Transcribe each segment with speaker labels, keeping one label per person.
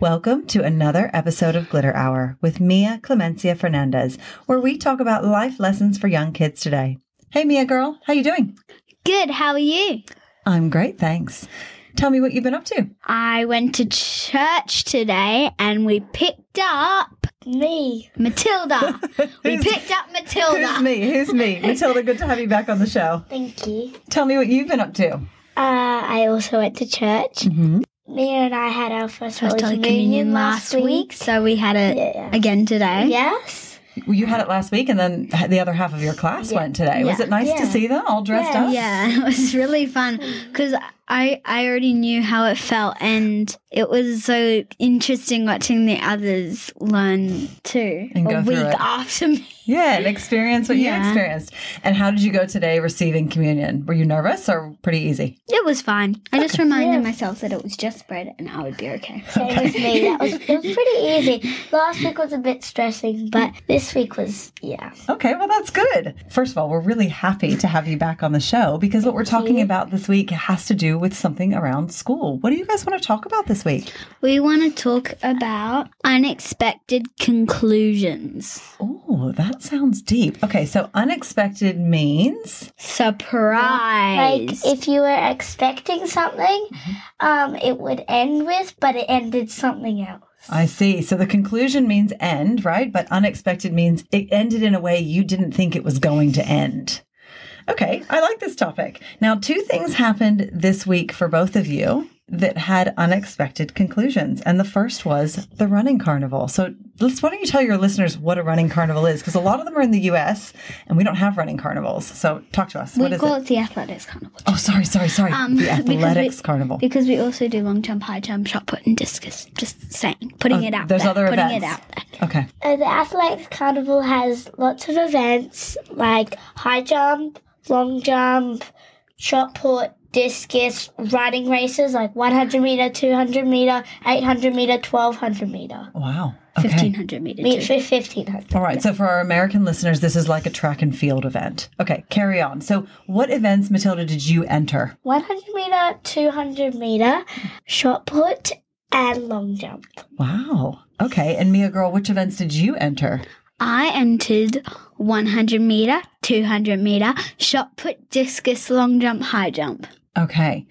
Speaker 1: Welcome to another episode of Glitter Hour with Mia Clemencia Fernandez, where we talk about life lessons for young kids today. Hey Mia girl, how you doing?
Speaker 2: Good, how are you?
Speaker 1: I'm great, thanks. Tell me what you've been up to.
Speaker 2: I went to church today and we picked up
Speaker 3: Me.
Speaker 2: Matilda. we
Speaker 1: Who's-
Speaker 2: picked up
Speaker 1: Who's
Speaker 2: Matilda.
Speaker 1: me? Who's me? Matilda, good to have you back on the show.
Speaker 3: Thank you.
Speaker 1: Tell me what you've been up to.
Speaker 3: Uh, I also went to church.
Speaker 1: Mm-hmm.
Speaker 3: Mia and I had our first
Speaker 2: First
Speaker 3: Holy
Speaker 2: Holy Communion last week, so we had it
Speaker 3: Yeah.
Speaker 2: again today.
Speaker 3: Yes.
Speaker 1: You had it last week, and then the other half of your class went today. Was
Speaker 2: Yeah.
Speaker 1: it nice
Speaker 3: Yeah.
Speaker 1: to see them all dressed
Speaker 3: Yeah.
Speaker 1: up?
Speaker 2: Yeah, it was really fun because I, I already knew how it felt, and it was so interesting watching the others learn too
Speaker 1: And go
Speaker 2: a
Speaker 1: through
Speaker 2: week
Speaker 1: it.
Speaker 2: after me.
Speaker 1: Yeah, and experience what you
Speaker 2: Yeah.
Speaker 1: experienced. And how did you go today receiving communion? Were you nervous or pretty easy?
Speaker 2: It was fine. I just reminded
Speaker 3: Yeah.
Speaker 2: myself that it was just bread and I would be okay.
Speaker 3: Same as me. That was, it was pretty easy. Last week was a bit stressing, but this week was, yeah.
Speaker 1: Okay, well, that's good. First of all, we're really happy to have you back on the show because what we're talking about this week has to do with something around school. What do you guys want to talk about this week?
Speaker 2: We want to talk about unexpected conclusions.
Speaker 1: Oh, that sounds deep. Okay, so unexpected means.
Speaker 3: Like,
Speaker 2: Surprise.
Speaker 3: if you were expecting something,
Speaker 2: Mm-hmm.
Speaker 3: um, it would end with, but it ended something else.
Speaker 1: I see. So the conclusion means end, right? But unexpected means it ended in a way you didn't think it was going to end. Okay, I like this topic. Now, two things happened this week for both of you that had unexpected conclusions. And the first was the running carnival. So, let's, why don't you tell your listeners what a running carnival is? Because a lot of them are in the US and we don't have running carnivals. So, talk to us. What
Speaker 2: we
Speaker 1: is
Speaker 2: call
Speaker 1: it?
Speaker 2: it the athletics carnival.
Speaker 1: Oh, sorry, sorry, sorry. the
Speaker 2: because we-
Speaker 1: athletics carnival.
Speaker 2: Because we also do long jump, high jump, shot put, and discus. Just saying, putting
Speaker 1: Oh,
Speaker 2: it out
Speaker 1: there's
Speaker 2: there.
Speaker 1: other
Speaker 2: putting it
Speaker 1: events.
Speaker 2: out there.
Speaker 1: okay.
Speaker 3: Uh, the athletics carnival has lots of events like high jump, long jump, shot put, discus, running races like 100 meter, 200 meter, 800 meter, 1200 meter,
Speaker 1: Wow. Okay.
Speaker 2: Fifteen hundred meter.
Speaker 3: meet
Speaker 2: too.
Speaker 3: for 1500.
Speaker 1: All right. So for our American listeners, this is like a track and field event. Okay, carry on. So what events, Matilda, did you enter?
Speaker 3: 100 meter, 200 meter, shot put, and long jump.
Speaker 1: Wow. Okay. And Mia girl, which events did you enter?
Speaker 2: I entered one hundred meter, two hundred meter, shot put, discus, long jump, high jump.
Speaker 1: Okay.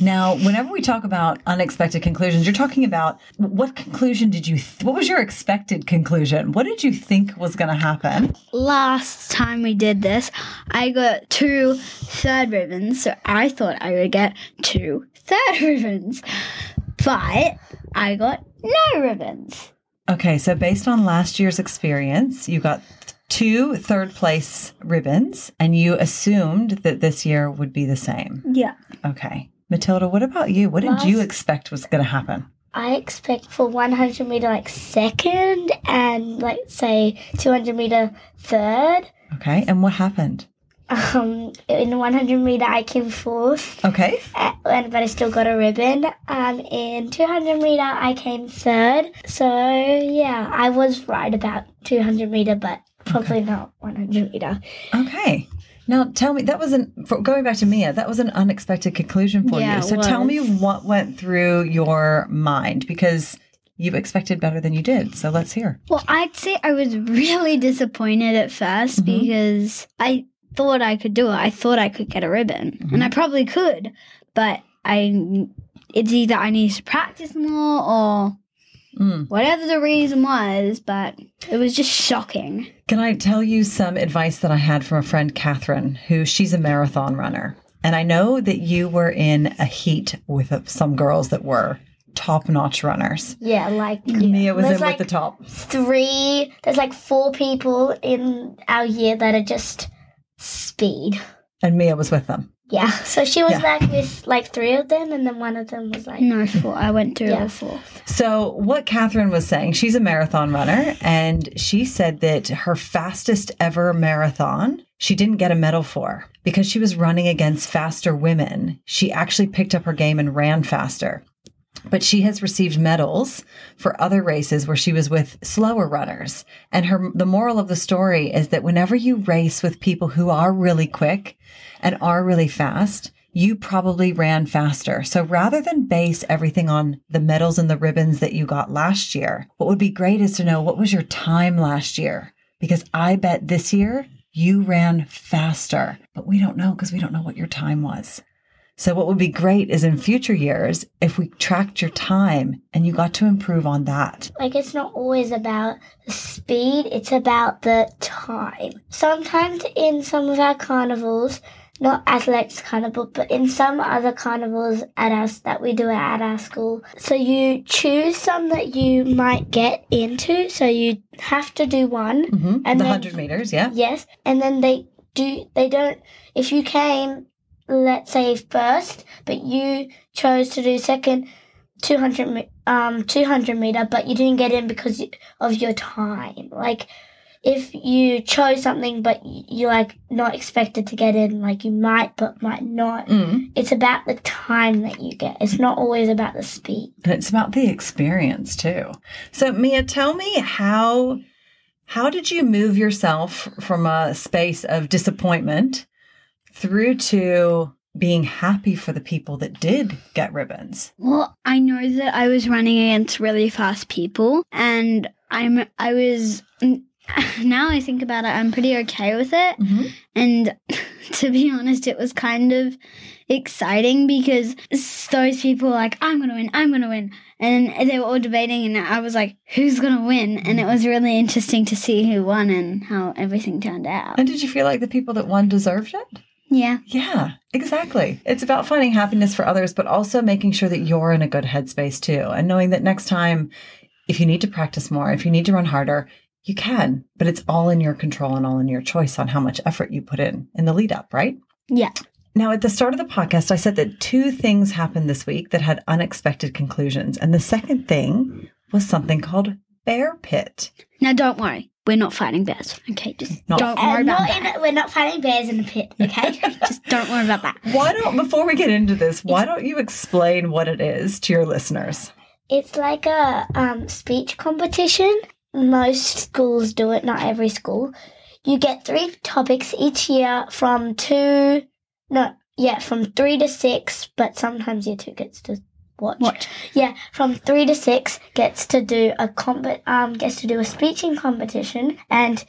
Speaker 1: Now, whenever we talk about unexpected conclusions, you're talking about what conclusion did you th- what was your expected conclusion? What did you think was going to happen?
Speaker 2: last time we did this, I got two third ribbons, so I thought I would get two third ribbons. But I got no ribbons.
Speaker 1: Okay, so based on last year's experience, you got two third place ribbons and you assumed that this year would be the same.
Speaker 2: Yeah.
Speaker 1: Okay. Matilda, what about you? What did you expect was going to happen?
Speaker 3: I expect for 100 meter like second and like say 200 meter third.
Speaker 1: Okay. And what happened?
Speaker 3: Um, in 100 meter I came fourth.
Speaker 1: Okay.
Speaker 3: Uh, and but I still got a ribbon. Um, in 200 meter, I came third. So yeah, I was right about 200 meter, but probably not 100 meter.
Speaker 1: Okay. Now tell me, that was an, for, going back to Mia, that was an unexpected conclusion for
Speaker 2: Yeah,
Speaker 1: you.
Speaker 2: it
Speaker 1: So tell
Speaker 2: was.
Speaker 1: me what went through your mind because you expected better than you did. So let's hear.
Speaker 2: Well, I'd say I was really disappointed at 1st
Speaker 1: Mhm.
Speaker 2: because I thought I could do it. I thought I could get a ribbon, and I probably could, but I. It's either I need to practice more or
Speaker 1: Mm.
Speaker 2: whatever the reason was, but it was just shocking.
Speaker 1: Can I tell you some advice that I had from a friend, Catherine, who she's a marathon runner? And I know that you were in a heat with uh, some girls that were top notch runners.
Speaker 3: Yeah, like
Speaker 1: Mia was
Speaker 3: There's
Speaker 1: in
Speaker 3: like
Speaker 1: with the top.
Speaker 3: three. There's like four people in our year that are just speed.
Speaker 1: and Mia was with them.
Speaker 3: Yeah, so she was
Speaker 1: Yeah.
Speaker 3: like with like three of them, and then one of them was like
Speaker 2: No, four. I went through
Speaker 3: Yeah.
Speaker 2: all four.
Speaker 1: So, what Catherine was saying, she's a marathon runner, and she said that her fastest ever marathon, she didn't get a medal for because she was running against faster women. She actually picked up her game and ran faster. But she has received medals for other races where she was with slower runners. And her the moral of the story is that whenever you race with people who are really quick and are really fast, you probably ran faster. So rather than base everything on the medals and the ribbons that you got last year, what would be great is to know what was your time last year? Because I bet this year you ran faster, but we don't know because we don't know what your time was. So, what would be great is in future years if we tracked your time and you got to improve on that.
Speaker 3: Like it's not always about the speed, it's about the time. Sometimes in some of our carnivals, not athletics carnival, but in some other carnivals at us that we do at our school. So you choose some that you might get into. So you have to do one.
Speaker 1: hmm
Speaker 3: Mm-hmm. And
Speaker 1: the
Speaker 3: then-
Speaker 1: 100 meters, yeah.
Speaker 3: Yes, and then they do. They don't. If you came, let's say first, but you chose to do second, two hundred me- um two hundred meter, but you didn't get in because of your time. Like, if you chose something, but you're like not expected to get in, like you might but might not.
Speaker 1: Mm.
Speaker 3: It's about the time that you get. It's not always about the speed.
Speaker 1: But it's about the experience too. So, Mia, tell me how. How did you move yourself from a space of disappointment through to being happy for the people that did get ribbons?
Speaker 2: Well, I know that I was running against really fast people, and I'm I was. Now I think about it, I'm pretty okay with it.
Speaker 3: Mm-hmm.
Speaker 2: And to be honest, it was kind of exciting because s- those people were like, I'm going to win, I'm going to win. And they were all debating, and I was like, who's going to win? And it was really interesting to see who won and how everything turned out.
Speaker 1: And did you feel like the people that won deserved it?
Speaker 2: Yeah.
Speaker 1: Yeah, exactly. It's about finding happiness for others, but also making sure that you're in a good headspace too, and knowing that next time, if you need to practice more, if you need to run harder, you can, but it's all in your control and all in your choice on how much effort you put in in the lead up, right?
Speaker 2: Yeah.
Speaker 1: Now, at the start of the podcast, I said that two things happened this week that had unexpected conclusions. And the second thing was something called Bear Pit.
Speaker 2: Now, don't worry. We're not fighting bears. Okay. Just
Speaker 1: Not-
Speaker 2: don't worry
Speaker 3: And
Speaker 2: about
Speaker 3: not
Speaker 2: that.
Speaker 3: in, we're not fighting bears in a pit, okay?
Speaker 2: Just don't worry about that.
Speaker 1: Why don't, before we get into this, why don't you explain what it is to your listeners?
Speaker 3: It's like a um, speech competition. Most schools do it, not every school. You get three topics each year from two, no, yeah, from three to six, but sometimes year two gets to watch.
Speaker 2: What?
Speaker 3: Yeah, from three to six gets to do a comp- um gets to do a speaking competition, and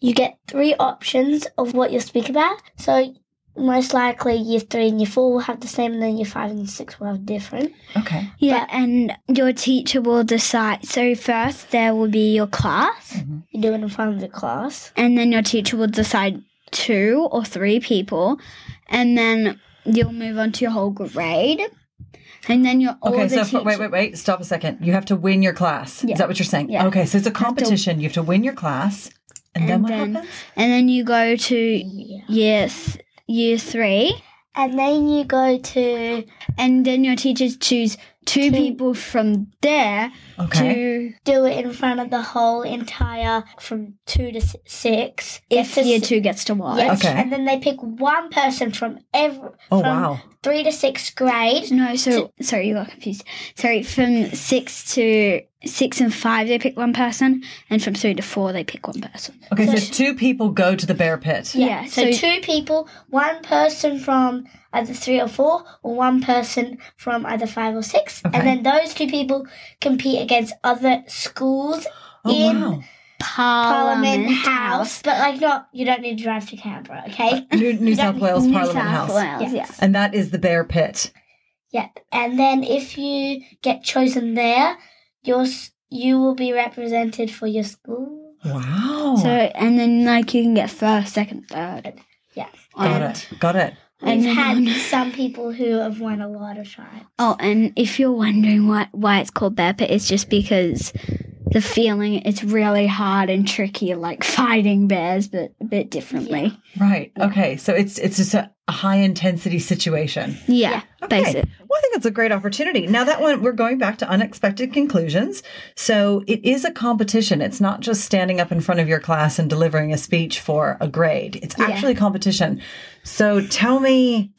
Speaker 3: you get three options of what you'll speak about. So most likely, year three and year four will have the same, and then year five and six will have different.
Speaker 1: Okay.
Speaker 2: Yeah. And your teacher will decide. So, first, there will be your class.
Speaker 3: You do it in front of the class.
Speaker 2: and then your teacher will decide two or three people, and then you'll move on to your whole grade, and then you're all
Speaker 1: Okay,
Speaker 2: the
Speaker 1: so
Speaker 2: teacher-
Speaker 1: for, wait, wait, wait. Stop a second. You have to win your class.
Speaker 2: Yeah.
Speaker 1: Is that what you're saying?
Speaker 2: Yeah.
Speaker 1: Okay, so it's a
Speaker 2: to-
Speaker 1: competition. You have to win your class, and, then
Speaker 2: And
Speaker 1: what
Speaker 2: then-
Speaker 1: happens?
Speaker 2: and then you go to
Speaker 3: Yeah.
Speaker 2: year th- year three,
Speaker 3: And then you go to
Speaker 2: and then your teachers choose two
Speaker 3: Two.
Speaker 2: people from there
Speaker 1: Okay.
Speaker 2: to
Speaker 3: do it in front of the whole entire from two to s- six.
Speaker 2: if
Speaker 3: Get to
Speaker 2: year
Speaker 3: s-
Speaker 2: two gets to watch.
Speaker 3: yes.
Speaker 1: Okay.
Speaker 3: And then they pick one person from every
Speaker 1: oh
Speaker 3: from
Speaker 1: wow.
Speaker 3: three to sixth grade.
Speaker 2: No, so sorry, you got confused. Sorry, from six to six and five they pick one person, and from three to four they pick one person.
Speaker 1: Okay, so, two people go to the bear pit.
Speaker 2: Yeah,
Speaker 3: So,
Speaker 2: so-
Speaker 3: two people, one person from either three or four, or one person from either five or six,
Speaker 1: Okay.
Speaker 3: and then those two people compete against other schools
Speaker 1: Oh
Speaker 3: in
Speaker 1: wow.
Speaker 2: Parliament,
Speaker 3: Parliament House. But like, not you don't need to drive to Canberra, okay?
Speaker 1: New, New South Wales
Speaker 2: New
Speaker 1: Parliament House,
Speaker 2: South Wales,
Speaker 3: Yeah.
Speaker 2: yes.
Speaker 1: and that is the bear pit.
Speaker 3: Yep. And then if you get chosen there, your s- you will be represented for your school.
Speaker 1: Wow.
Speaker 2: So and then like you can get first, second, third.
Speaker 3: Yeah.
Speaker 1: Got
Speaker 2: And,
Speaker 1: it. Got it.
Speaker 2: And
Speaker 3: We've had
Speaker 2: then-
Speaker 3: some people who have won a lot of times.
Speaker 2: oh, and if you're wondering why why it's called bear pit, it's just because the feeling it's really hard and tricky, like fighting bears, but a bit differently.
Speaker 1: Right. Okay. So it's it's just a, a high intensity situation.
Speaker 2: Yeah,
Speaker 1: Okay.
Speaker 2: basic.
Speaker 1: Well, I think that's a great opportunity. Now, that one, we're going back to unexpected conclusions. So it is a competition. It's not just standing up in front of your class and delivering a speech for a grade, it's actually a competition. So tell me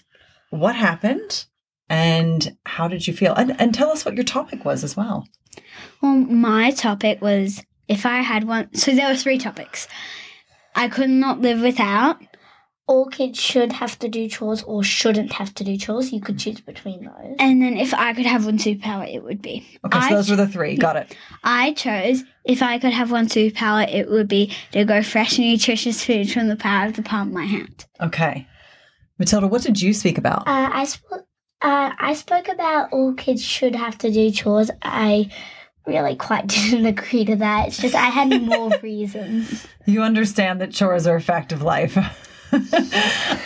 Speaker 1: what happened and how did you feel? And, and tell us what your topic was as well.
Speaker 2: Well, my topic was if I had one. So there were three topics. I could not live without.
Speaker 3: all kids should have to do chores or shouldn't have to do chores. You could choose between those.
Speaker 2: And then if I could have one superpower, it would be.
Speaker 1: Okay, so
Speaker 2: I-
Speaker 1: those were the three. Got it.
Speaker 2: I chose if I could have one superpower, it would be to grow fresh and nutritious food from the power of the palm of my hand.
Speaker 1: Okay. Matilda, what did you speak about?
Speaker 3: Uh, I spoke. Uh, I spoke about all kids should have to do chores. I really quite didn't agree to that. It's just I had more reasons.
Speaker 1: You understand that chores are a fact of life.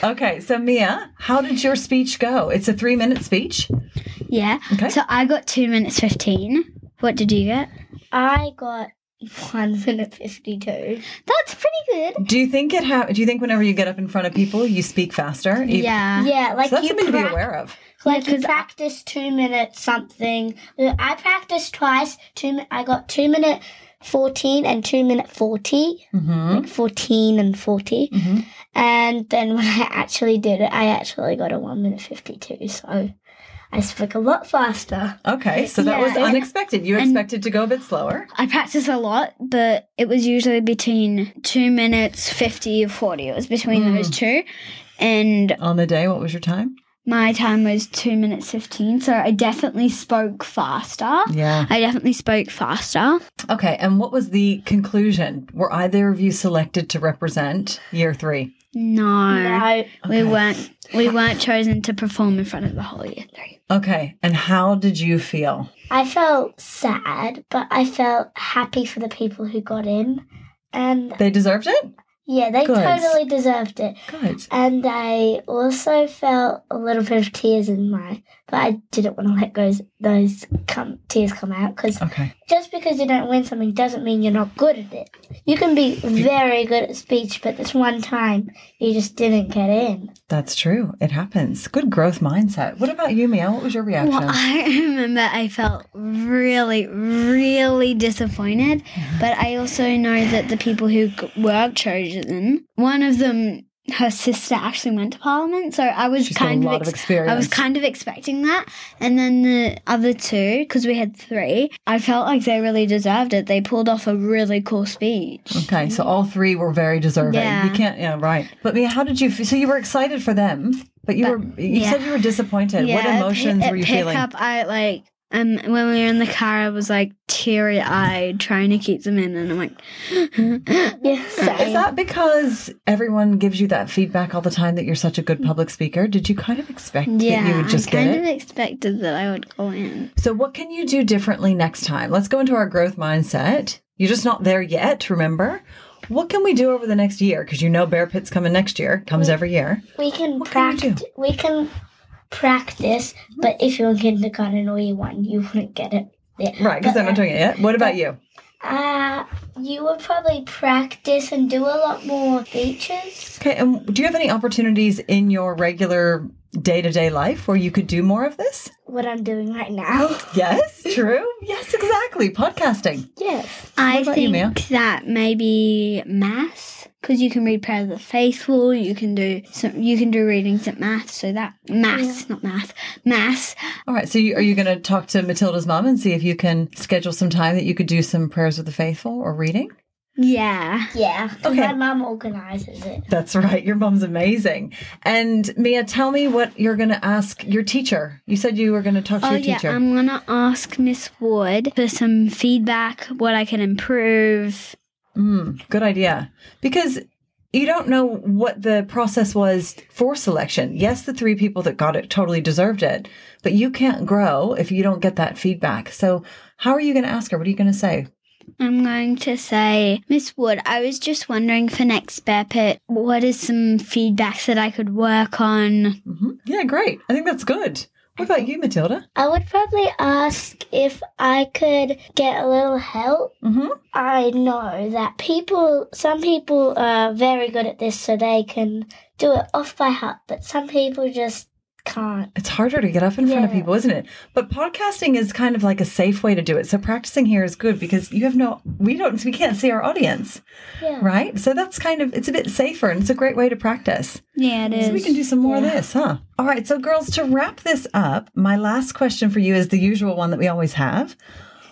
Speaker 1: okay, so Mia, how did your speech go? It's a three minute speech.
Speaker 2: Yeah.
Speaker 1: Okay.
Speaker 2: So I got two minutes fifteen. What did you get?
Speaker 3: I got one minute fifty-two.
Speaker 2: That's pretty good.
Speaker 1: Do you think it ha- do you think whenever you get up in front of people you speak faster? You-
Speaker 2: Yeah.
Speaker 3: yeah, like
Speaker 1: Uh, So that's
Speaker 3: you
Speaker 1: something to be
Speaker 3: prac-
Speaker 1: aware of.
Speaker 3: Like
Speaker 2: Yeah,
Speaker 3: you
Speaker 2: 'cause I-
Speaker 3: practice two minutes something. I practiced twice. Two. mi- I got two minute fourteen and two minute forty.
Speaker 1: Mm-hmm.
Speaker 3: like 14 and 40.
Speaker 1: Mhm.
Speaker 3: And then when I actually did it, I actually got a 1 minute 52. So I spoke a lot faster.
Speaker 1: Okay, so that
Speaker 2: Yeah,
Speaker 1: was
Speaker 2: and-
Speaker 1: unexpected. You
Speaker 2: and-
Speaker 1: expected to go a bit slower.
Speaker 2: I practice a lot, but it was usually between two minutes fifty or forty. It was between those two. And
Speaker 1: On the day, what was your time?
Speaker 2: my time was two minutes fifteen, so I definitely spoke faster.
Speaker 1: Yeah.
Speaker 2: I definitely spoke faster.
Speaker 1: Okay, and what was the conclusion? Were either of you selected to represent year three?
Speaker 3: No,
Speaker 1: Okay.
Speaker 2: We weren't we weren't chosen to perform in front of the whole year three.
Speaker 1: Okay, and how did you feel?
Speaker 3: I felt sad, but I felt happy for the people who got in. And
Speaker 1: They deserved it?
Speaker 3: yeah, they
Speaker 1: Good.
Speaker 3: totally deserved it.
Speaker 1: Good.
Speaker 3: And I also felt a little bit of tears in my, but I didn't want to let those those come tears come out because
Speaker 1: Okay.
Speaker 3: just because you don't win something doesn't mean you're not good at it. You can be very good at speech, but this one time you just didn't get in.
Speaker 1: That's true. It happens. Good growth mindset. What about you, Mia? What was your reaction?
Speaker 2: Well, I remember I felt really, really disappointed,
Speaker 1: Mm-hmm.
Speaker 2: but I also know that the people who g- were chosen, one of them, her sister actually went to Parliament, so I was
Speaker 1: She's got a
Speaker 2: kind
Speaker 1: lot
Speaker 2: of
Speaker 1: of
Speaker 2: ex-
Speaker 1: experience.
Speaker 2: I was kind of expecting that, and then the other two, because we had three, I felt like they really deserved it. They pulled off a really cool speech.
Speaker 1: Okay, so all three were very deserving.
Speaker 2: Yeah.
Speaker 1: You can't, yeah, right. But Mia, how did you? Feel? So you were excited for them, but you were, you
Speaker 2: yeah.
Speaker 1: said you were disappointed. what
Speaker 2: at
Speaker 1: emotions
Speaker 2: pi- at
Speaker 1: were you
Speaker 2: pick
Speaker 1: feeling?
Speaker 2: Up, I like um when we were in the car, I was like teary eyed, trying to keep them in, and I'm like,
Speaker 3: Yeah,
Speaker 1: Is that because everyone gives you that feedback all the time that you're such a good public speaker? Did you kind of expect
Speaker 2: Mm. yeah,
Speaker 1: that you would just
Speaker 2: I
Speaker 1: get
Speaker 2: kind
Speaker 1: it?
Speaker 2: of expected that I would go in.
Speaker 1: So, what can you do differently next time? Let's go into our growth mindset. You're just not there yet, remember? What can we do over the next year? Because you know Bear Pit's coming next year, comes every year.
Speaker 3: we can
Speaker 1: can you
Speaker 3: practice. we can practice, but if you're in kindergarten or you won, you wouldn't get it. Yeah.
Speaker 1: Right, because
Speaker 3: But,
Speaker 1: I'm not doing it yet. What about you?
Speaker 3: Uh, you would probably practice and do a lot more speeches.
Speaker 1: Okay, and do you have any opportunities in your regular day to day life where you could do more of this?
Speaker 3: What I'm doing right now.
Speaker 1: Yes, true. Yes, exactly. Podcasting.
Speaker 3: Yes.
Speaker 2: I
Speaker 1: about you,
Speaker 2: think
Speaker 1: Mia?
Speaker 2: that maybe math, because you can read Prayer of the Faithful, you can do some, you can do readings at math, so that maths, not math, maths.
Speaker 1: All right, so you, are you going to talk to Matilda's mom and see if you can schedule some time that you could do some prayers of the faithful or reading?
Speaker 2: Yeah,
Speaker 3: Yeah. 'cause
Speaker 1: Okay.
Speaker 3: My mum organizes it.
Speaker 1: That's right. Your mom's amazing. And Mia, tell me what you're going to ask your teacher. You said you were going to talk to
Speaker 2: Oh
Speaker 1: your
Speaker 2: yeah,
Speaker 1: teacher.
Speaker 2: I'm gonna ask Miss Wood for some feedback, what I can improve.
Speaker 1: Mm, good idea. Because you don't know what the process was for selection. Yes, the three people that got it totally deserved it, but you can't grow if you don't get that feedback. So, how are you going to ask her? What are you going to say?
Speaker 2: I'm going to say, Miss Wood, I was just wondering for next bear pit, what is some feedbacks that I could work on?
Speaker 1: hmm Yeah, great. I think that's good. What about you, Matilda?
Speaker 3: I would probably ask if I could get a little help.
Speaker 1: hmm
Speaker 3: I know that people, some people are very good at this, so they can do it off by heart, but some people just can't.
Speaker 1: It's harder to get up in front of
Speaker 3: Yeah.
Speaker 1: people, isn't it? But podcasting is kind of like a safe way to do it. So practicing here is good because you have no, we don't, we can't see our audience,
Speaker 3: Yeah.
Speaker 1: right? So that's kind of, it's a bit safer and it's a great way to practice.
Speaker 2: Yeah, it is.
Speaker 1: So we can do some more of
Speaker 3: Yeah.
Speaker 1: this, huh? All right. So, girls, to wrap this up, my last question for you is the usual one that we always have.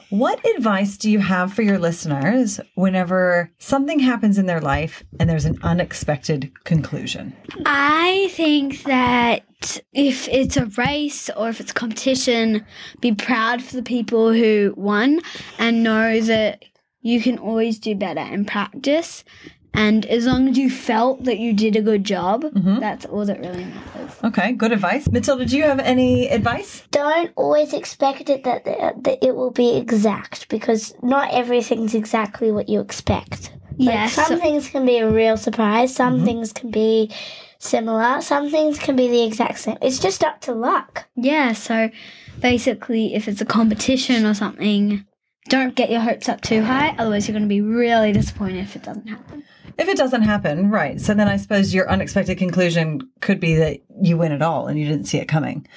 Speaker 1: What advice do you have for your listeners whenever something happens in their life and there's an unexpected conclusion?
Speaker 2: I think that if it's a race or if it's competition, be proud for the people who won and know that you can always do better and practice. And as long as you felt that you did a good job,
Speaker 1: Mm-hmm.
Speaker 2: that's all that really matters.
Speaker 1: Okay, good advice. Matilda, do you have any advice?
Speaker 3: Don't always expect it that, that it will be exact because not everything's exactly what you expect. Like,
Speaker 2: Yes.
Speaker 3: Some things can be a real surprise. Some things can be similar. Some things can be the exact same. It's just up to luck.
Speaker 2: Yeah, so basically, if it's a competition or something, don't get your hopes up too high, otherwise, you're going to be really disappointed if it doesn't happen.
Speaker 1: If it doesn't happen, right. So then I suppose your unexpected conclusion could be that you win it all and you didn't see it coming,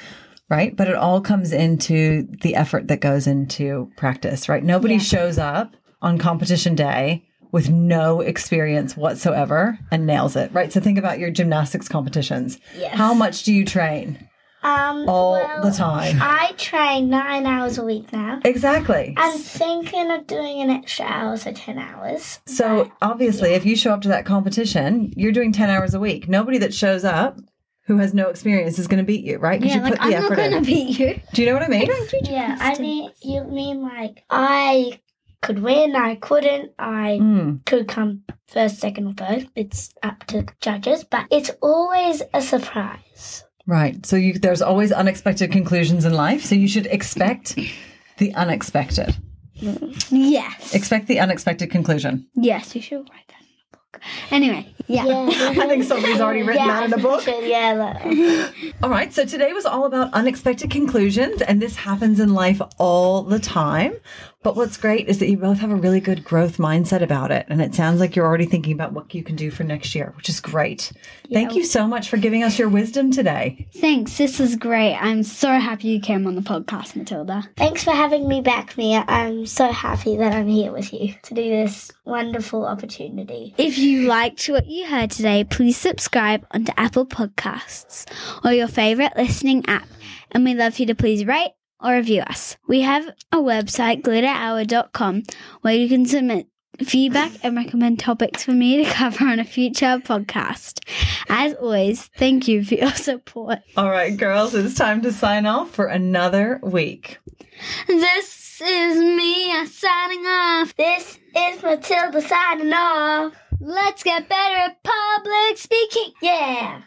Speaker 1: right? But it all comes into the effort that goes into practice, right? Nobody shows up on competition day with no experience whatsoever and nails it, right? So think about your gymnastics competitions.
Speaker 3: Yes.
Speaker 1: How much do you train
Speaker 3: Um,
Speaker 1: all
Speaker 3: well,
Speaker 1: the time?
Speaker 3: I train nine hours a week now.
Speaker 1: Exactly.
Speaker 3: I'm thinking of doing an extra hour, so 10 hours.
Speaker 1: So obviously, if you show up to that competition, you're doing 10 hours a week. Nobody that shows up who has no experience is going to beat you, right? Because
Speaker 2: Yeah,
Speaker 1: you
Speaker 2: like,
Speaker 1: put the
Speaker 2: I'm not
Speaker 1: effort
Speaker 2: going
Speaker 1: in.
Speaker 2: to beat you.
Speaker 1: Do you know what I mean?
Speaker 3: Yeah, I mean, you mean like I could win, I couldn't, I
Speaker 1: Mm,
Speaker 3: could come first, second, or third. It's up to judges, but it's always a surprise.
Speaker 1: right. So you, there's always unexpected conclusions in life. So you should expect the unexpected.
Speaker 2: Yes.
Speaker 1: Expect the unexpected conclusion.
Speaker 2: yes, you should write that in a book. Anyway, yeah.
Speaker 1: I think something's already written
Speaker 3: yeah,
Speaker 1: out in the book.
Speaker 3: yeah, like-
Speaker 1: All right, so today was all about unexpected conclusions, and this happens in life all the time. But what's great is that you both have a really good growth mindset about it. And it sounds like you're already thinking about what you can do for next year, which is great. Thank you so much for giving us your wisdom today.
Speaker 2: Thanks, this is great. I'm so happy you came on the podcast, Matilda.
Speaker 3: Thanks for having me back, Mia. I'm so happy that I'm here with you to do this wonderful opportunity.
Speaker 2: If you liked what you heard today, please subscribe onto Apple Podcasts or your favorite listening app. And we love you to please rate or review us. We have a website, glitterhour.com, where you can submit feedback and recommend topics for me to cover on a future podcast. As always, thank you for your support.
Speaker 1: All right, girls, it's time to sign off for another week.
Speaker 2: This is me signing off.
Speaker 3: This is Matilda signing off.
Speaker 2: Let's get better at public speaking.
Speaker 3: Yeah.